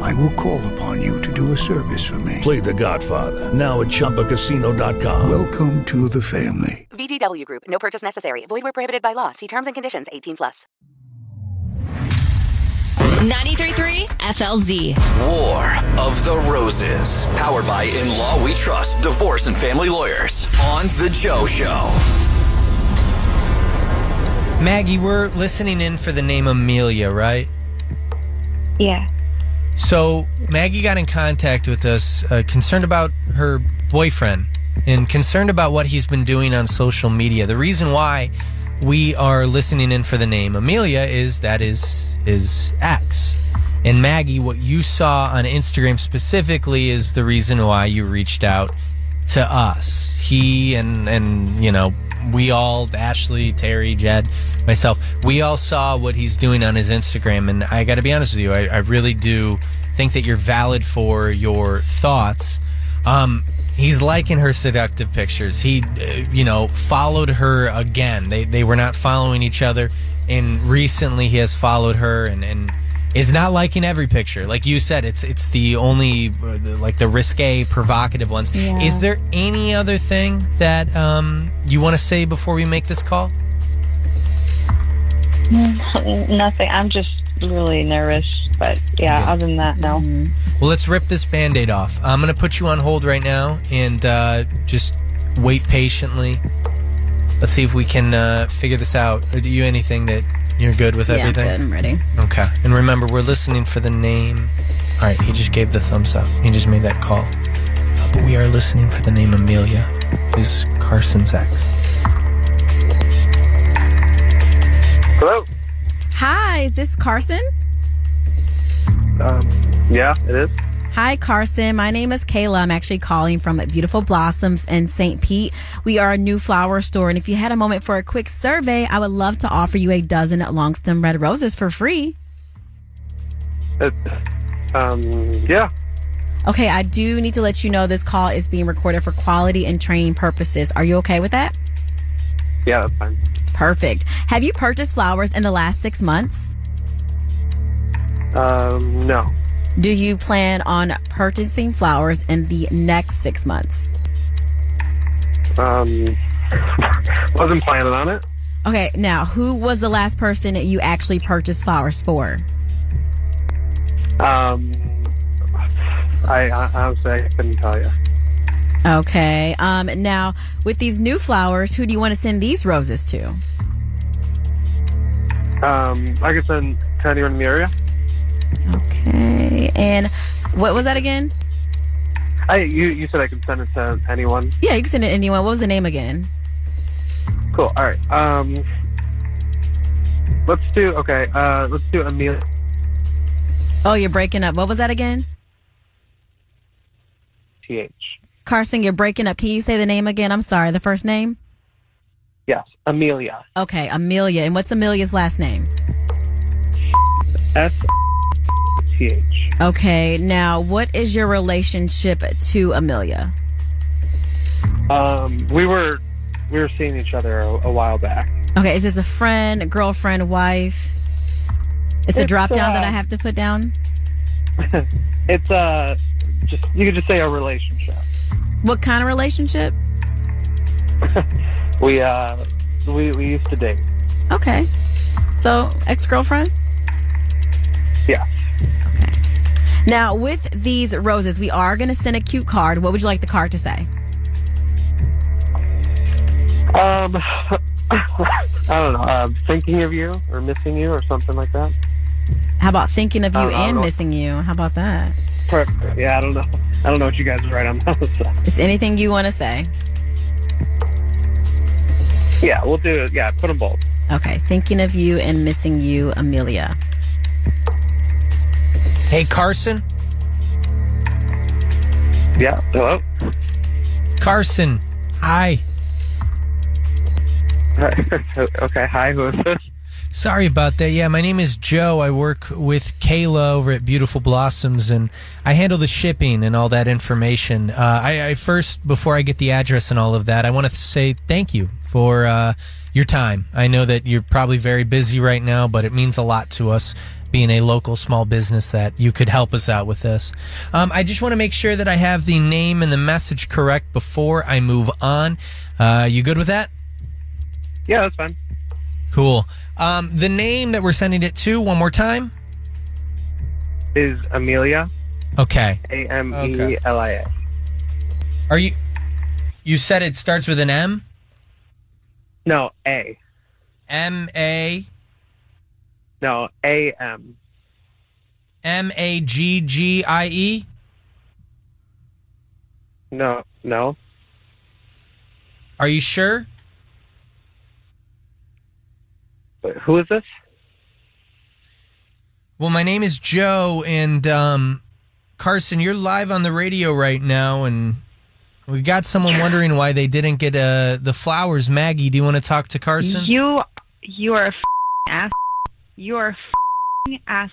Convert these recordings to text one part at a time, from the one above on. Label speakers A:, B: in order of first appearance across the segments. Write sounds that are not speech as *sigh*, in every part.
A: I will call upon you to do a service for me.
B: Play The Godfather now at ChumbaCasino.com.
A: Welcome to the family.
C: VGW Group. No purchase necessary. Void where prohibited by law. See terms and conditions. 18 plus.
D: 933 FLZ.
E: War of the Roses. Powered by In Law We Trust, Divorce and Family Lawyers. On The Joe Show.
F: Maggie, we're listening in for the name Amelia, right?
G: Yeah. *laughs*
F: So Maggie got in contact with us, uh, concerned about her boyfriend and concerned about what he's been doing on social media. The reason why we are listening in for the name Amelia is that is is X. And Maggie, what you saw on Instagram specifically is the reason why you reached out to us. He and and you know we all Ashley, Terry, Jed, myself, we all saw what he's doing on his Instagram, and I got to be honest with you, I, I really do think that you're valid for your thoughts. Um, he's liking her seductive pictures. He, uh, you know, followed her again. They they were not following each other, and recently he has followed her and and is not liking every picture. Like you said, it's it's the only uh, the, like the risque, provocative ones.
G: Yeah.
F: Is there any other thing that um you want to say before we make this call?
G: Nothing. I'm just really nervous. But yeah, other than that, no.
H: Mm-hmm.
F: Well, let's rip this band aid off. Uh, I'm going to put you on hold right now and uh, just wait patiently. Let's see if we can uh, figure this out. Uh, Do you anything that you're good with
H: Yeah,
F: everything?
H: good. I'm ready.
F: Okay. And remember, we're listening for the name. All right, he just gave the thumbs up. He just made that call. Uh, but we are listening for the name Amelia, who's Carson's ex.
I: Hello.
H: Hi, is this Carson?
I: Um, yeah, it is.
H: Hi, Carson. My name is Kayla. I'm actually calling from Beautiful Blossoms in St. Pete. We are a new flower store, and if you had a moment for a quick survey, I would love to offer you a dozen long stem red roses for free.
I: It, um, yeah.
H: Okay, I do need to let you know this call is being recorded for quality and training purposes. Are you okay with that?
I: Yeah, that's fine.
H: Perfect. Have you purchased flowers in the last six months?
I: Um, no.
H: Do you plan on purchasing flowers in the next six months?
I: Um, *laughs* wasn't planning on it.
H: Okay, now who was the last person that you actually purchased flowers for?
I: Um, I, I honestly I couldn't tell you.
H: Okay. Um now with these new flowers, who do you want to send these roses to?
I: Um, I could send to anyone in the area.
H: Okay. And what was that again?
I: I you you said I could send it to anyone.
H: Yeah, you can send it to anyone. What was the name again?
I: Cool. All right. Um, let's do okay. Uh, let's do Amelia.
H: Oh, you're breaking up. What was that again?
I: Th.
H: Carson, you're breaking up. Can you say the name again? I'm sorry, the first name?
I: Yes, Amelia.
H: Okay, Amelia. And what's Amelia's last name?
I: S. T. H.
H: Okay. Now, what is your relationship to Amelia?
I: Um, we were we were seeing each other a, a while back.
H: Okay, is this a friend, girlfriend, wife? It's a
I: It's,
H: drop down that
I: uh,
H: I have to put down.
I: It's uh, just you could just say a relationship.
H: What kind of relationship?
I: We uh, we we used to date.
H: Okay. So, ex girlfriend?
I: Yeah.
H: Okay. Now, with these roses, we are going to send a cute card. What would you like the card to say?
I: Um, *laughs* I don't know. Uh, thinking of you or missing you or something like that.
H: How about thinking of you
I: Uh, I
H: and
I: don't-
H: missing you? How about that?
I: Perfect. Yeah, I don't know. I don't know what you guys write on *laughs* those.
H: It's anything you want to say.
I: yeah, we'll do. it. Yeah, put them both.
H: Okay. Thinking of you and missing you, Amelia.
F: Hey, Carson?
I: Yeah. Hello.
F: Carson, hi.
I: okay, hi, who is this?
F: Sorry about that. Yeah, my name is Joe. I work with Kayla over at Beautiful Blossoms, and I handle the shipping and all that information. Uh, I, I first, before I get the address and all of that, I want to say thank you for uh, your time. I know that you're probably very busy right now, but it means a lot to us being a local small business that you could help us out with this. Um, I just want to make sure that I have the name and the message correct before I move on. Uh, you good with that?
I: Yeah, that's fine.
F: Cool. Um, the name that we're sending it to, one more time.
I: Is Amelia
F: Okay.
I: A M E L I A?
F: Are you? You said it starts with an M.
I: No, A.
F: M A
I: No, A M.
F: M A G G I E.
I: No, no.
F: Are you sure?
I: Wait, Who is this?
F: Well, my name is Joe, and um, Carson, you're live on the radio right now, and we got someone wondering why they didn't get uh, the flowers. Maggie, do you want to talk to Carson?
J: You you are a f***ing ass. You are a f***ing ass.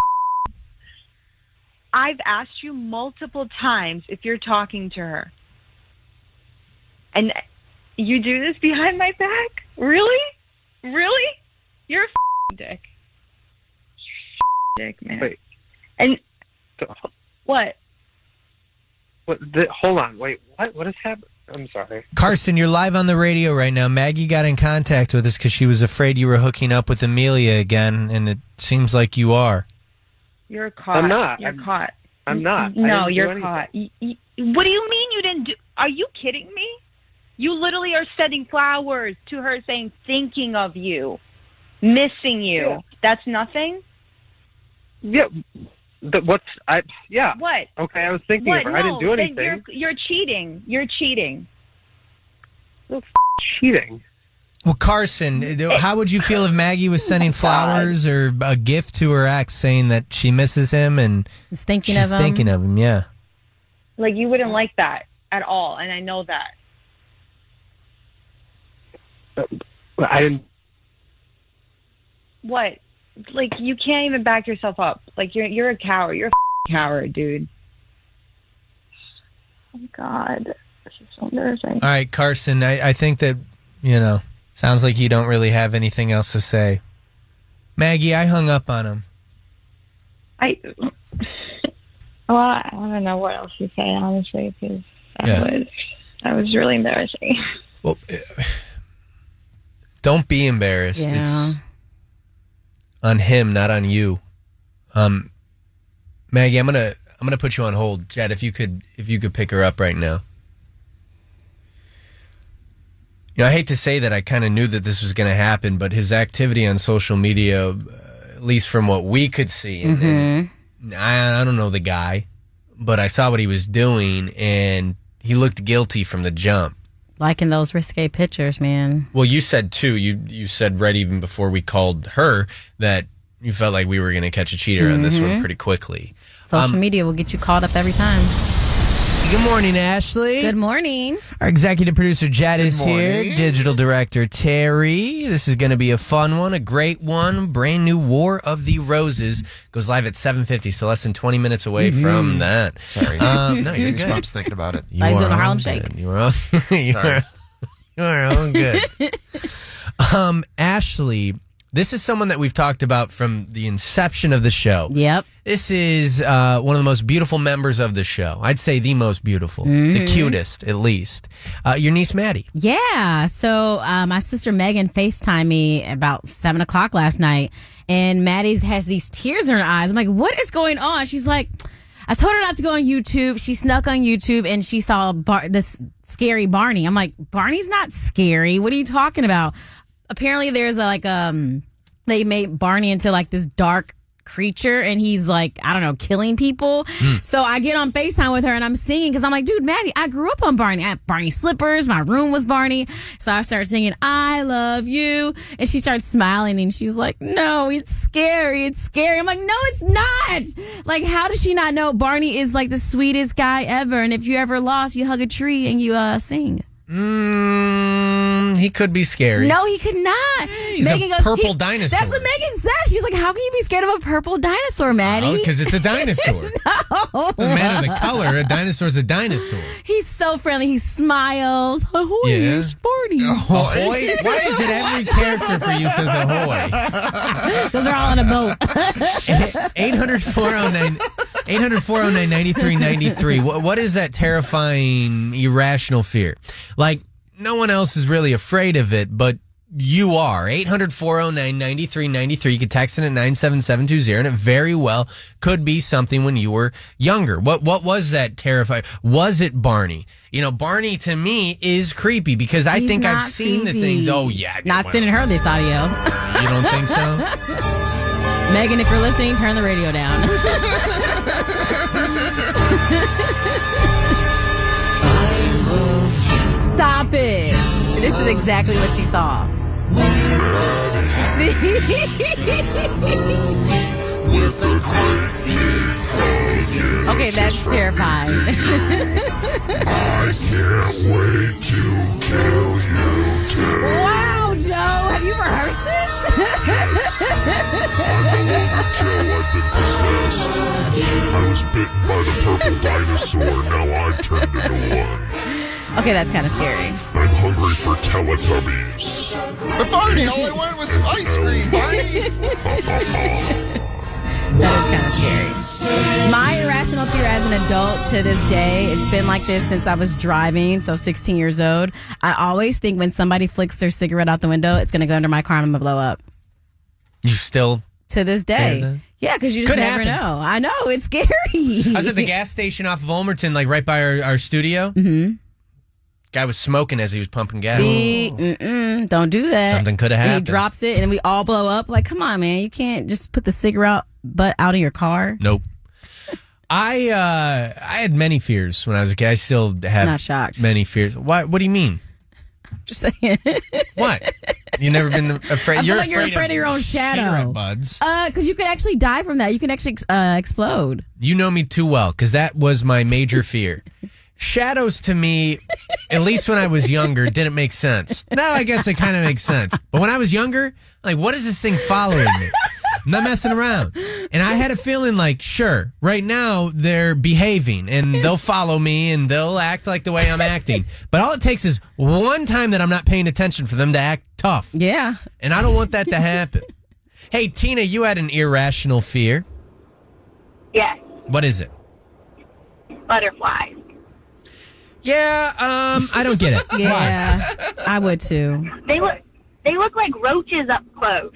J: I've asked you multiple times if you're talking to her, and you do this behind my back. Really, really, you're a f***ing dick. You're a f***ing dick, man.
I: Wait.
J: And what?
I: What, th- hold on. Wait, what? What has happened? I'm sorry.
F: Carson, you're live on the radio right now. Maggie got in contact with us because she was afraid you were hooking up with Amelia again, and it seems like you are.
J: You're caught.
I: I'm not.
J: You're
I: I'm-
J: caught.
I: I'm not. Ah, I
J: No,
I: didn't do
J: Oh, you're
I: anything.
J: caught. Uh, Y- y- What do you mean you didn't do? Are you kidding me? You literally are sending flowers to her saying, thinking of you, missing you.
I: Yeah.
J: That's nothing?
I: Yeah. The, what's I? Yeah.
J: What?
I: Okay, I was thinking
J: What?
I: of her.
J: No,
I: I didn't do
J: then
I: anything.
J: You're, you're cheating. You're cheating.
I: No, f- cheating.
F: Well, Carson, how would you feel if Maggie was
J: *laughs*
F: sending
J: Oh
F: flowers or a gift to her ex saying that she misses him and
H: He's thinking
F: she's
H: of him.
F: thinking of him? Yeah.
J: Like, you
I: Mm-hmm.
J: wouldn't like that at all, and I know that.
I: Well, Uh, I didn't.
J: What? Like, you can't even back yourself up. Like, you're, you're a coward. You're a f***ing coward, dude. Oh, God. This is so embarrassing.
F: All right, Carson, I, I think that, you know, sounds like you don't really have anything else to say. Maggie, I hung up on him.
J: *laughs* I well, I don't know what else to say honestly because that
F: Yeah.
J: was that was really embarrassing.
F: Well, eh, don't be embarrassed.
H: Yeah.
F: It's on him, not on you. Um, Maggie, I'm gonna I'm gonna put you on hold, Chad. If you could if you could pick her up right now. You know, I hate to say that I kind of knew that this was going to happen, but his activity on social media, uh, at least from what we could see, and, and I, I don't know the guy, but I saw what he was doing, and he looked guilty from the jump.
H: Liking those risque pictures, man.
F: Well, you said too. You you said right even before we called her that you felt like we were going to catch a cheater on this one pretty quickly.
H: Social
F: Um,
H: media will get you caught up every time.
F: Good morning, Ashley.
H: Good morning.
F: Our executive producer Jad is here. Digital director Terry. This is going to be a fun one, a great one. Brand new War of the Roses goes live at 7:50, so less than 20 minutes away from that. Sorry.
K: *laughs*
F: Um, no, you're good.
K: Mm-hmm. Mom's thinking about it.
F: You
H: Thought he was
F: are
H: doing a Harlem
F: own
H: Shake.
F: good. You are own, *laughs* you are, you
K: *laughs*
F: are own good. um, Ashley, this is someone that we've talked about from the inception of the show.
H: Yep.
F: This is uh, one of the most beautiful members of the show. I'd say the most beautiful,
K: Mm-hmm.
F: the cutest, at least. Uh, your niece Maddie.
H: Yeah. So uh, my sister Megan FaceTimed me about seven o'clock last night, and Maddie's has these tears in her eyes. I'm like, what is going on? She's like, I told her not to go on YouTube. She snuck on YouTube and she saw Bar- this scary Barney. I'm like, Barney's not scary. What are you talking about? Apparently, there's a like um, they made Barney into like this dark creature and he's like i don't know killing people so i get on facetime with her and i'm singing because i'm like dude maddie i grew up on barney i had barney slippers my room was barney so i start singing i love you and she starts smiling and she's like no it's scary it's scary i'm like no it's not like how does she not know barney is like the sweetest guy ever and if you ever lost you hug a tree and you uh sing
F: Mm, mm, he could be scary.
H: No, he could not.
K: he's a purple
H: he-
K: dinosaur.
H: That's what Megan said. She's like, how can you be scared of a purple dinosaur, Maddie?
K: because Oh,
H: *laughs*
K: it's a dinosaur.
H: no.
K: Doesn't matter the color. A dinosaur's a
H: *laughs*
K: dinosaur.
H: He's so friendly. He smiles. Ahoy,
K: Yeah.
H: sporty.
K: Ahoy! Why is it every character for you says ahoy?
H: Those are all on
K: *laughs*
H: a boat.
F: 800 409 800 409 9393. What what is that terrifying, irrational fear? Like, no one else is really afraid of it, but you are. 800 409 9393. You could text in at 97720, and it very well could be something when you were younger. What, what was that terrifying? Was it Barney? You know, Barney to me is creepy because I
H: He's
F: think I've
H: not
F: seen the
H: creepy.
F: things. Oh, yeah.
H: Not sending her this audio.
F: You don't
H: *laughs*
F: think so?
H: Megan, if you're listening, turn the radio down. *laughs* Stop it. This is exactly what she saw. See? okay, that's terrifying. *laughs* Wow, Joe, have you rehearsed this?
L: I was bitten by the purple dinosaur. Now I've turned into one.
H: okay, that's kind of scary.
L: I'm hungry for Teletubbies.
M: But Barney, all I wanted was some ice cream, Barney.
H: *laughs* That is kind of scary. My irrational fear as an adult to this day, it's been like this since I was driving, so 16 years old. I always think when somebody flicks their cigarette out the window, it's going to go under my car and I'm going to blow up.
F: You still.
H: To this
F: Fear
H: day.
F: that?
H: Yeah, because you just
F: Could
H: never
F: happen.
H: know. I know, it's scary.
F: I was
H: *laughs*
F: at the gas station off of Olmerton, like right by our, our studio. Mm-hmm. Guy was smoking as he was pumping gas.
H: See, mm-mm, don't do that.
F: Something coulda
H: And
F: happened.
H: he drops it, and then we all blow up. Like, come on, man, you can't just put the cigarette butt out of your car. *laughs*
F: Nope. I uh, I had many fears when I was a kid. I still have
H: Not shocked.
F: many fears. Why? What do you mean?
H: Just saying.
F: What? You've never been
H: *laughs*
F: afraid.
H: I feel
F: you're,
H: like
F: afraid
H: you're afraid of your own
F: cigarette
H: shadow.
F: buds.
H: Uh, because you could actually die from that. You can actually uh, explode.
F: You know me too well because that was my major fear. Shadows to me, at least when I was younger, didn't make sense. Now I guess it kind of makes sense. But when I was younger, like, what is this thing following me? I'm not messing around. And I had a feeling like, sure, right now they're behaving and they'll follow me and they'll act like the way I'm acting. But all it takes is one time that I'm not paying attention for them to act tough.
H: Yeah.
F: And I don't want that to happen. hey, Tina, you had an irrational fear.
N: Yes,
F: What is it?
N: butterflies.
F: Yeah, um, I don't get it. Why?
H: Yeah, I would too.
N: They look they look like roaches up close.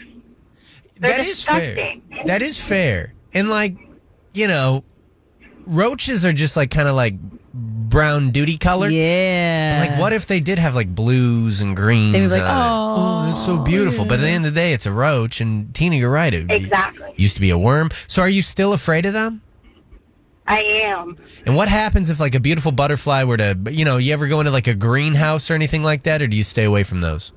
N: They're
F: That is fair.
N: disgusting.
F: That is fair. And like, you know, roaches are just like kind of like brown duty color.
H: Yeah.
F: Like, what if they did have like blues and greens?
H: They was like,
F: on it? oh, that's so beautiful. But at the end of the day, it's a roach. And Tina, you're right. It
N: Exactly.
F: used to be a worm. So are you still afraid of them?
N: I am.
F: And what happens if like a beautiful butterfly were to, you know, you ever go into like a greenhouse or anything like that, or do you stay away from those?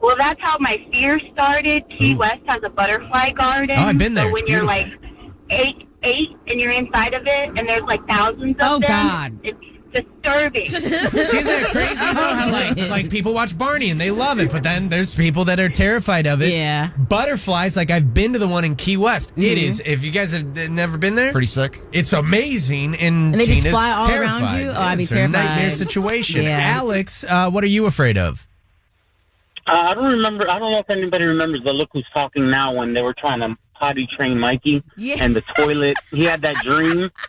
N: Well, that's how my fear started. Key West has a butterfly garden.
F: Oh, I've been there.
N: So when
F: It's
N: you're like
F: beautiful.
N: eight, eight, and you're inside of it, and there's like thousands of
H: Oh,
N: them.
H: God.
N: It's
H: *laughs*
N: disturbing.
F: Isn't that crazy though? How like, like people watch Barney and they love it, but then there's people that are terrified of it.
H: Yeah.
F: Butterflies, like I've been to the one in Key West. It
O: Mm-hmm.
F: is. If you guys have never been there, pretty
M: sick.
F: It's amazing, and,
H: And they just
F: Tina's
H: fly all around
F: terrified.
H: you? Oh, I'd be
F: it's a nightmare
H: terrified.
F: situation.
H: Yeah.
F: Alex, uh, what are you afraid of?
P: Uh, I don't remember. I don't know if anybody remembers the look who's talking now when they were trying to potty train Mikey
H: Yeah.
P: and the toilet. He had that dream.
H: *laughs*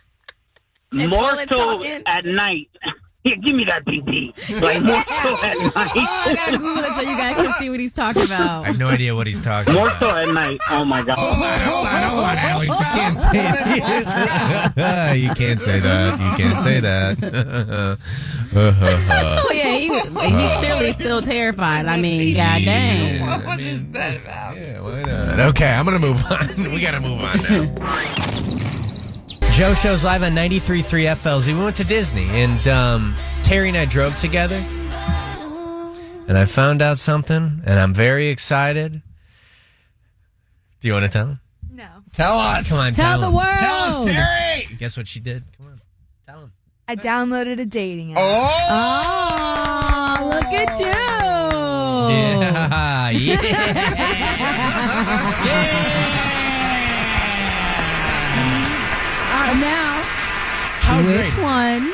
H: The
P: more
H: toilet's
P: so
H: talking.
P: at night. *laughs* Yeah, give me that PP.
H: *laughs*
P: Like more so at night.
H: Oh, I gotta Google it so you guys can see what he's talking
F: I
H: about.
F: have no idea what he's talking
P: More
F: about.
P: so at night. Oh my god.
F: Come on, Alex, you can't say that. *laughs* you can't say that. You can't say that.
H: Oh yeah, he, he clearly is still terrified. I mean, god dang.
M: what is that about?
F: Okay, I'm gonna move on. We gotta move on now. *laughs* Joe shows live on 93.3 FLZ. We went to Disney, and um, Terry and I drove together, and I found out something, and I'm very excited. Do you want to tell him?
O: No.
F: Tell us. Come on,
O: Tell
F: tell,
O: the
F: him.
O: world. Tell us, Terry.
F: Guess what she did? Come on.
O: I downloaded a dating app.
F: Oh!
H: Oh, look at you. *laughs*
F: *laughs* Yeah. yeah.
H: All right, Uh, now, which one?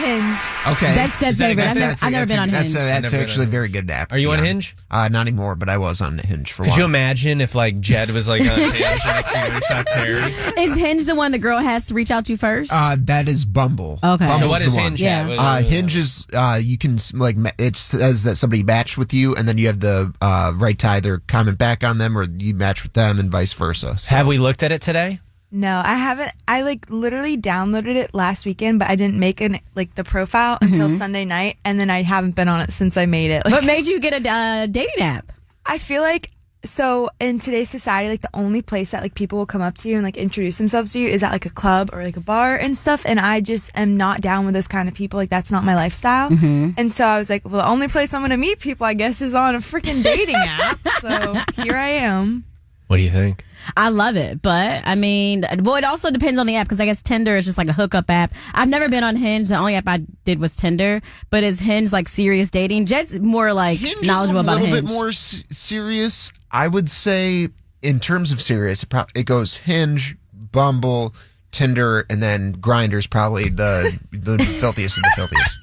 H: Hinge.
O: Okay.
H: That's Dad's favorite. I've never, I've never been on Hinge.
O: That's, a, that's actually a very good app. Are you on Hinge? Uh, not anymore, but I was on Hinge for a
F: Could
O: while.
F: you imagine if like Jed
O: *laughs*
F: was like on a tangent next to you and shot Terry?
H: Is Hinge the one the girl has to reach out to first?
O: Uh, that is Bumble.
H: Okay.
O: Bumble's
H: So what
O: the
H: is
O: one.
H: Hinge at? Yeah.
O: Uh, Hinge is uh, you can s- like ma- it says that somebody matched with you, and then you have the uh, right to either comment back on them or you match with them, and vice versa. So-
F: Have we looked at it today?
Q: No, I haven't. I like literally downloaded it last weekend, but I didn't make an like the profile until
H: Mhm.
Q: Sunday night, and then I haven't been on it since I made it. Like,
H: What made you get a uh, dating app?
Q: I feel like so in today's society, like the only place that like people will come up to you and like introduce themselves to you is at like a club or like a bar and stuff. And I just am not down with those kind of people. Like that's not my lifestyle.
O: Mm-hmm.
H: Mhm.
Q: And so I was like, well, the only place I'm going to meet people, I guess, is on a
O: *laughs*
Q: freaking dating app. So here I am.
F: What do you think?
H: I love it, but I mean, well, it also depends on the app because I guess Tinder is just like a hookup app. I've never been on Hinge. The only app I did was Tinder, but is Hinge like serious dating? Jed's more like
O: Hinge
H: knowledgeable
O: is a
H: about
O: little
H: Hinge.
O: bit more s- serious. I would say, in terms of serious, it, prob- it goes Hinge, Bumble, Tinder, and then Grinder's probably the
Q: *laughs*
O: the filthiest of the filthiest.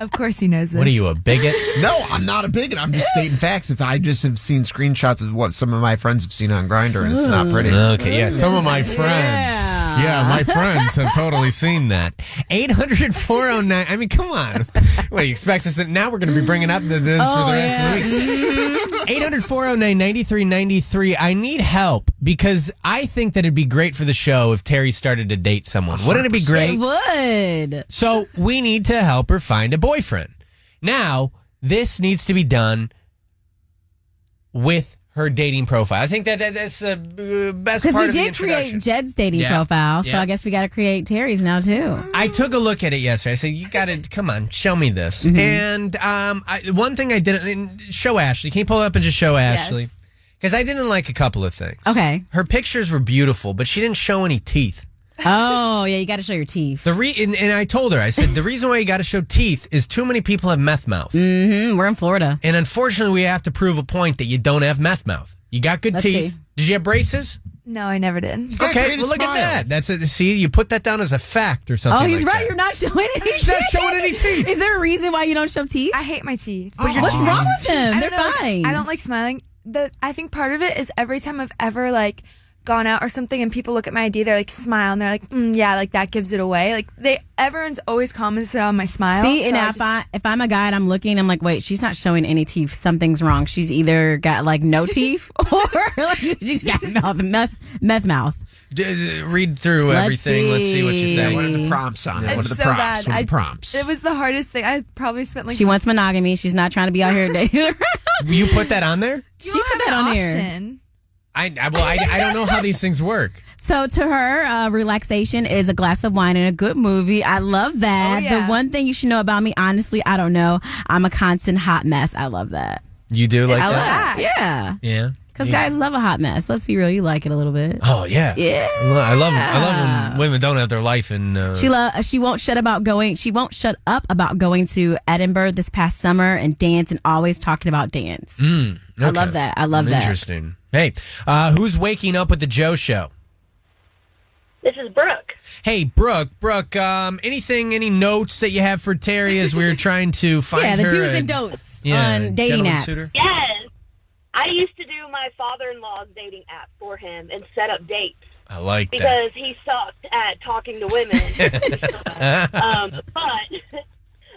Q: Of course, he knows this.
F: a bigot?
O: No, I'm not a bigot. I'm just stating facts. If I just have seen screenshots of what some of my friends have seen on Grinder, and it's not pretty.
F: Okay, yeah, some of my
K: friends. Yeah. my friends have totally seen
F: *laughs*
K: that.
F: 800 409. I mean,
K: *laughs*
F: come on. What do you expect us to? Now we're going to be bringing up the, this for the rest
K: Oh,
F: of the week.
K: Mm-hmm.
F: *laughs* 800 409 9393. I need help because I think that it'd be great for the show if Terry started to date someone. Wouldn't it be great?
H: It would.
F: So we need to help her find a boyfriend. Now, this needs to be done with her dating profile. I think that, that that's the uh, best
H: Because
F: part
H: we
F: of the
H: did create
F: introduction.
H: Jed's dating
F: Yeah.
H: profile, so
F: Yeah.
H: I guess we got to create Terry's now too.
Q: Mm.
F: I took a look at it yesterday. I said, "You
H: *laughs*
F: got to come on, show me this."
H: Mhm.
F: And um, I, one thing I didn't and show Ashley. Can you pull it up and just show Ashley? Because I didn't like a couple of things.
Q: *laughs*
H: Okay.
F: Her pictures were beautiful, but she didn't show any teeth.
H: Oh yeah, you got to show your teeth.
F: The re and, and I told her, I said, the reason why you got to show teeth is too many people have meth mouth.
H: Mm-hmm. We're in Florida.
F: And unfortunately, we have to prove a point that you don't have meth mouth. You got good
Q: Let's
F: teeth.
Q: see.
F: Did you have braces?
Q: No, I never did.
F: Okay, well, look at that. That's a, see, you put that down as a fact or something.
H: Oh, he's
F: like
H: right.
F: that.
H: You're not showing any.
F: She's not
H: *laughs*
F: showing any teeth.
H: Is there a reason why you don't show teeth? I
Q: hate my teeth.
H: But your What's teeth- wrong with them?
Q: I don't
H: They're
Q: know, like,
H: fine.
Q: I don't like smiling. The I think part of it is every time I've ever like gone out or something and people look at my ID, they're like smile and they're like, mm, yeah, like that gives it away. Like they everyone's always commented on my smile.
H: See,
Q: so
H: and
Q: I
H: if I if I'm a guy and I'm looking, I'm like, wait, she's not showing any teeth. Something's wrong. She's either got like
Q: *laughs*
H: no teeth *laughs* or like *laughs* she's got mouth meth meth mouth.
F: D- d- read through
H: Let's
F: everything. Let's see what you
H: see.
F: think.
H: Yeah, what are the
O: prompts on
Q: it's so bad. I, It was the hardest thing. I probably spent like
H: She wants monogamy. She's not trying to be out here *laughs* dating around.
F: You put that on there?
H: she put that on there.
F: I, I well, I, I don't know how these things work.
H: So to her, uh, relaxation is a glass of wine and a good movie. I love that. The one thing you should know about me, honestly, I don't know. I'm a constant hot mess. I love that.
F: You do like
H: I love
F: that?
H: that. Yeah.
F: Yeah.
H: Because
F: Yeah.
H: guys love a hot mess. Let's be real. You like it a little bit.
F: Oh yeah.
H: Yeah.
F: I love I love when women don't have their life and uh,
H: She lo- she won't shut about going. She won't shut up about going to Edinburgh this past summer and dance and always talking about dance.
F: Mm,
H: I
F: okay.
H: love that. I love that.
F: Interesting. Hey, uh, who's waking up with the Joe Show?
R: This is Brooke.
F: Hey, Brooke. Brooke. Um, anything? Any notes that you have for Terry
H: *laughs*
F: as we're trying to find?
H: Yeah, the
F: her
H: do's
F: a-
H: and don'ts
F: yeah, a
H: on dating
F: gentleman
H: apps.
F: suitor?
R: Yes. I used to do my father in law's dating app for him and set up dates
F: I like that.
R: because he sucked at talking to women.
F: *laughs*
R: um, but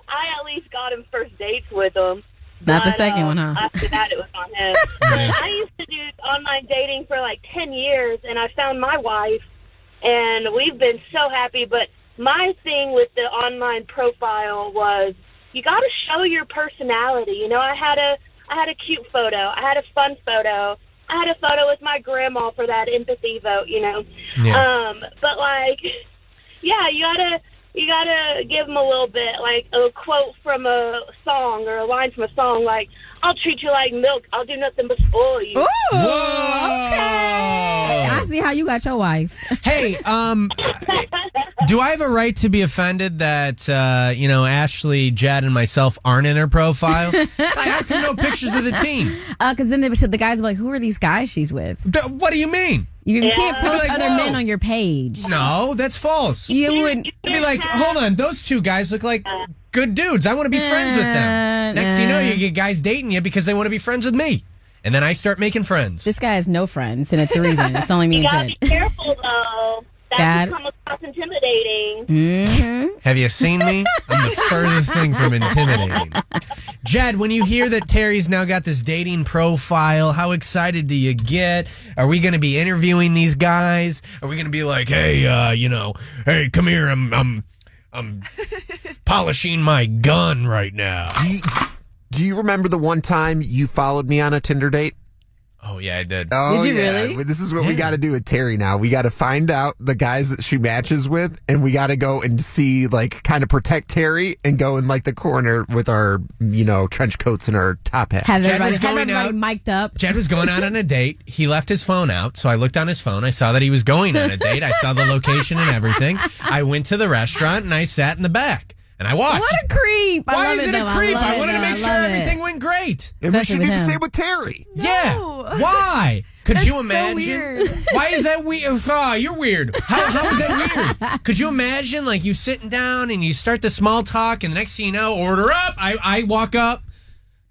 R: I at least got him first dates with him.
H: Not the
R: But,
H: second
R: uh,
H: one, huh?
R: After that, it was on
H: *laughs*
R: him. But I used to do online dating for like 10 years, and I found my wife, and we've been so happy. But my thing with the online profile was you got to show your personality. You know, I had a I had a cute photo, I had a fun photo, I had a photo with my grandma for that empathy vote. You know,
S: Yeah.
R: um, but like, yeah, you gotta you gotta give them a little bit, like a quote from a song or a line from a song, like
H: *laughs*
R: "I'll treat you like milk, I'll do nothing but spoil you."
H: Ooh, okay. I I see how you got your wife.
F: Hey, um, Do I have a right to be offended that uh, you know Ashley, Jad, and myself aren't in
H: *laughs*
F: her profile? How come no pictures of the team?
H: Because Uh, then the, the guys were like, "Who are these guys she's with?"
F: what do you mean?
H: You
F: Yeah.
H: can't
F: They'd be
H: post
F: like,
H: other
F: "Whoa."
H: men on your page.
F: No, that's false.
H: You would
F: I'd be like, hold on, those two guys look like good dudes. I want to be friends with
H: Uh,
F: them. Next thing you know, you get guys dating you because they want to be friends with me, and then I start making friends.
H: This guy has no friends, and it's a reason. It's only me
R: *laughs* You
H: and
R: gotta
H: Jed.
R: be careful though. That,
F: That-
R: can come across intimidating.
H: Mm-hmm.
F: Have you seen me? I'm the furthest thing from intimidating. Jed, when you hear that Terry's now got this dating profile, how excited do you get? Are we going to be interviewing these guys? Are we going to be like, hey, uh, you know, hey, come here, I'm, I'm, I'm polishing my gun right now.
O: Do you, do you remember the one time you followed me on a Tinder date?
F: Oh yeah, I did.
O: Oh yeah. Well, This is what we got to do with Terry now. We got to find out the guys that she matches with, and we got to go and see, like, kind of protect Terry and go in like the corner with our, you know, trench coats and our top hats.
H: Have
F: Jed
H: everybody,
F: was
H: have
F: going
H: everybody
F: out.
H: mic'd up.
F: Jed was going out on a date. He left his phone out, so I looked on his phone. I saw that he was going on a date. I saw the location and everything. I went to the restaurant and I sat in the back and I watched.
H: What a creep! I
F: Why
H: love
F: is it a
H: though.
F: creep?
H: love
F: I
H: it,
F: wanted to
H: though.
F: make sure
H: love it.
F: everything went great.
O: And we
H: Especially
O: should do
H: with
O: the
H: him.
O: same with Terry.
F: Yeah. Why? Could
O: That's
F: you
O: so
F: imagine?
O: weird.
F: Why is that weird? Oh, you're weird. How, how is that weird? Could you imagine, like, you sitting down and you start the small talk, and the next thing you know, order up. I, I walk up.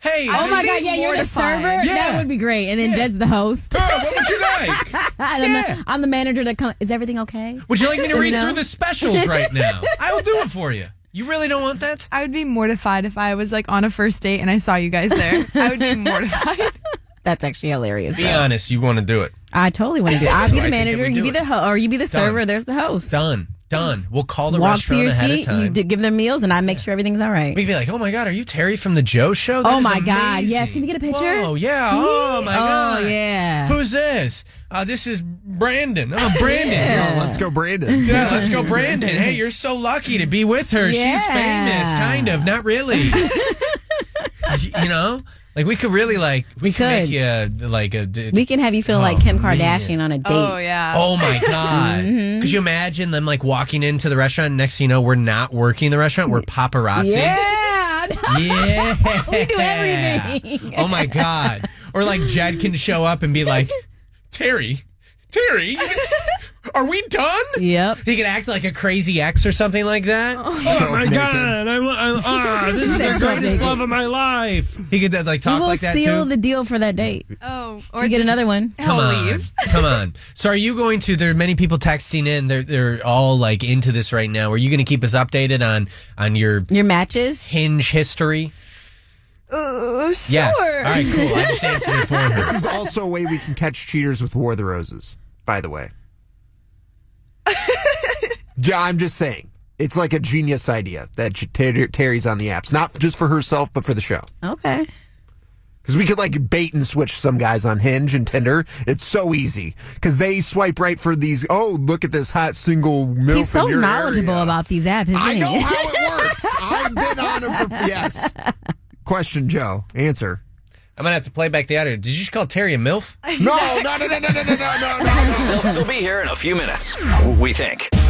F: Hey.
H: Oh my
F: hey,
H: god! Yeah, you're the server.
F: Yeah.
H: That would be great. And then Jed's the host.
F: Oh, what would you like?
H: And *laughs* I'm, the, I'm the manager. That come. Is everything okay?
F: Would you like me to read
H: know?
F: through the specials right now? *laughs* I will do it for you. You really don't want that?
Q: I would be mortified if I was like on a first date and I saw you guys there. I
H: *laughs*
Q: would be mortified.
H: That's actually hilarious.
F: Be
H: though.
F: honest, you want to do it.
H: I totally want to do. it. I'll
F: So
H: be
F: I
H: the
F: think that
H: manager.
F: we
H: You
F: do
H: be
F: it.
H: the ho- or you be the
F: Done.
H: server. There's the host.
F: Done. Done. We'll call the
H: Walk to
F: restaurant
H: your
F: ahead
H: seat.
F: of time.
H: You d- give them meals, and I make sure everything's all right.
F: We'd be like, oh my God, are you Terry from The Joe Show? That
H: oh
F: is
H: my god!
F: amazing."
H: Yes, can we get a picture?
F: Oh, yeah.
H: See?
F: Oh, my
H: Oh,
F: God.
H: yeah.
F: Who's this? Uh, this is Brandon. Oh, Brandon.
O: Yeah. Oh, let's go, Brandon.
F: Yeah, let's go, Brandon. Hey, you're so lucky to be with her. She's
H: Yeah.
F: famous, kind of, not really. you know, like we could really like we, could make you uh, like a. d-
H: We can have you feel like Kim Kardashian on a date. *laughs*
Q: Oh yeah.
F: Oh my god! Could you imagine them like walking into the restaurant? Next, thing you know, we're not working the restaurant. We're paparazzi.
H: Yeah.
F: Yeah.
H: We do everything.
F: Oh my god! Or like Jed can show up and be like, Terry, Terry, are we done?
H: Yep.
F: He could act like a crazy ex or something like that. Oh,
O: Show up
F: my
O: naked.
F: god! I, wa- I, ah, this is
H: Show
F: the
H: up naked.
F: greatest love of my life. He could like
H: We
F: talk
H: will
F: like that
H: seal
F: too.
H: the deal for that date.
Q: Oh,
H: or you get another one.
F: Come on, come on. So, are you going to? There are many people texting in. They're they're all like into this right now. Are you going to keep us updated on on your
H: Your matches.
F: hinge history?
Q: Uh, sure.
F: Yes. All right. Cool. I just answered it for her.
O: This is also a way we can catch cheaters with War of the Roses, by the
H: *laughs*
O: way. yeah, I'm just saying. It's like a genius idea that Ter- Terry's on the apps, not just for herself, but for the show.
H: Okay.
O: Because we could like bait and switch some guys on Hinge and Tinder. It's so easy because they swipe right for these. Oh, look at this hot single milf.
H: He's so
O: in your
H: knowledgeable
O: area."
H: about these apps, isn't
O: I know
H: he?
O: how it
H: *laughs*
O: works. I've been on it for yes. Question, Joe.
H: *laughs*
O: Answer.
F: I'm gonna have to play back the audio. Did you just call Terry a milf?
O: No, no, no, no, no, no, no, no, no, no.
E: They'll still be here in a few minutes, we think.